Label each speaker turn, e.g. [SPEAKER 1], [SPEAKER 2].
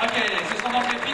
[SPEAKER 1] Okay, ce sont donc les prix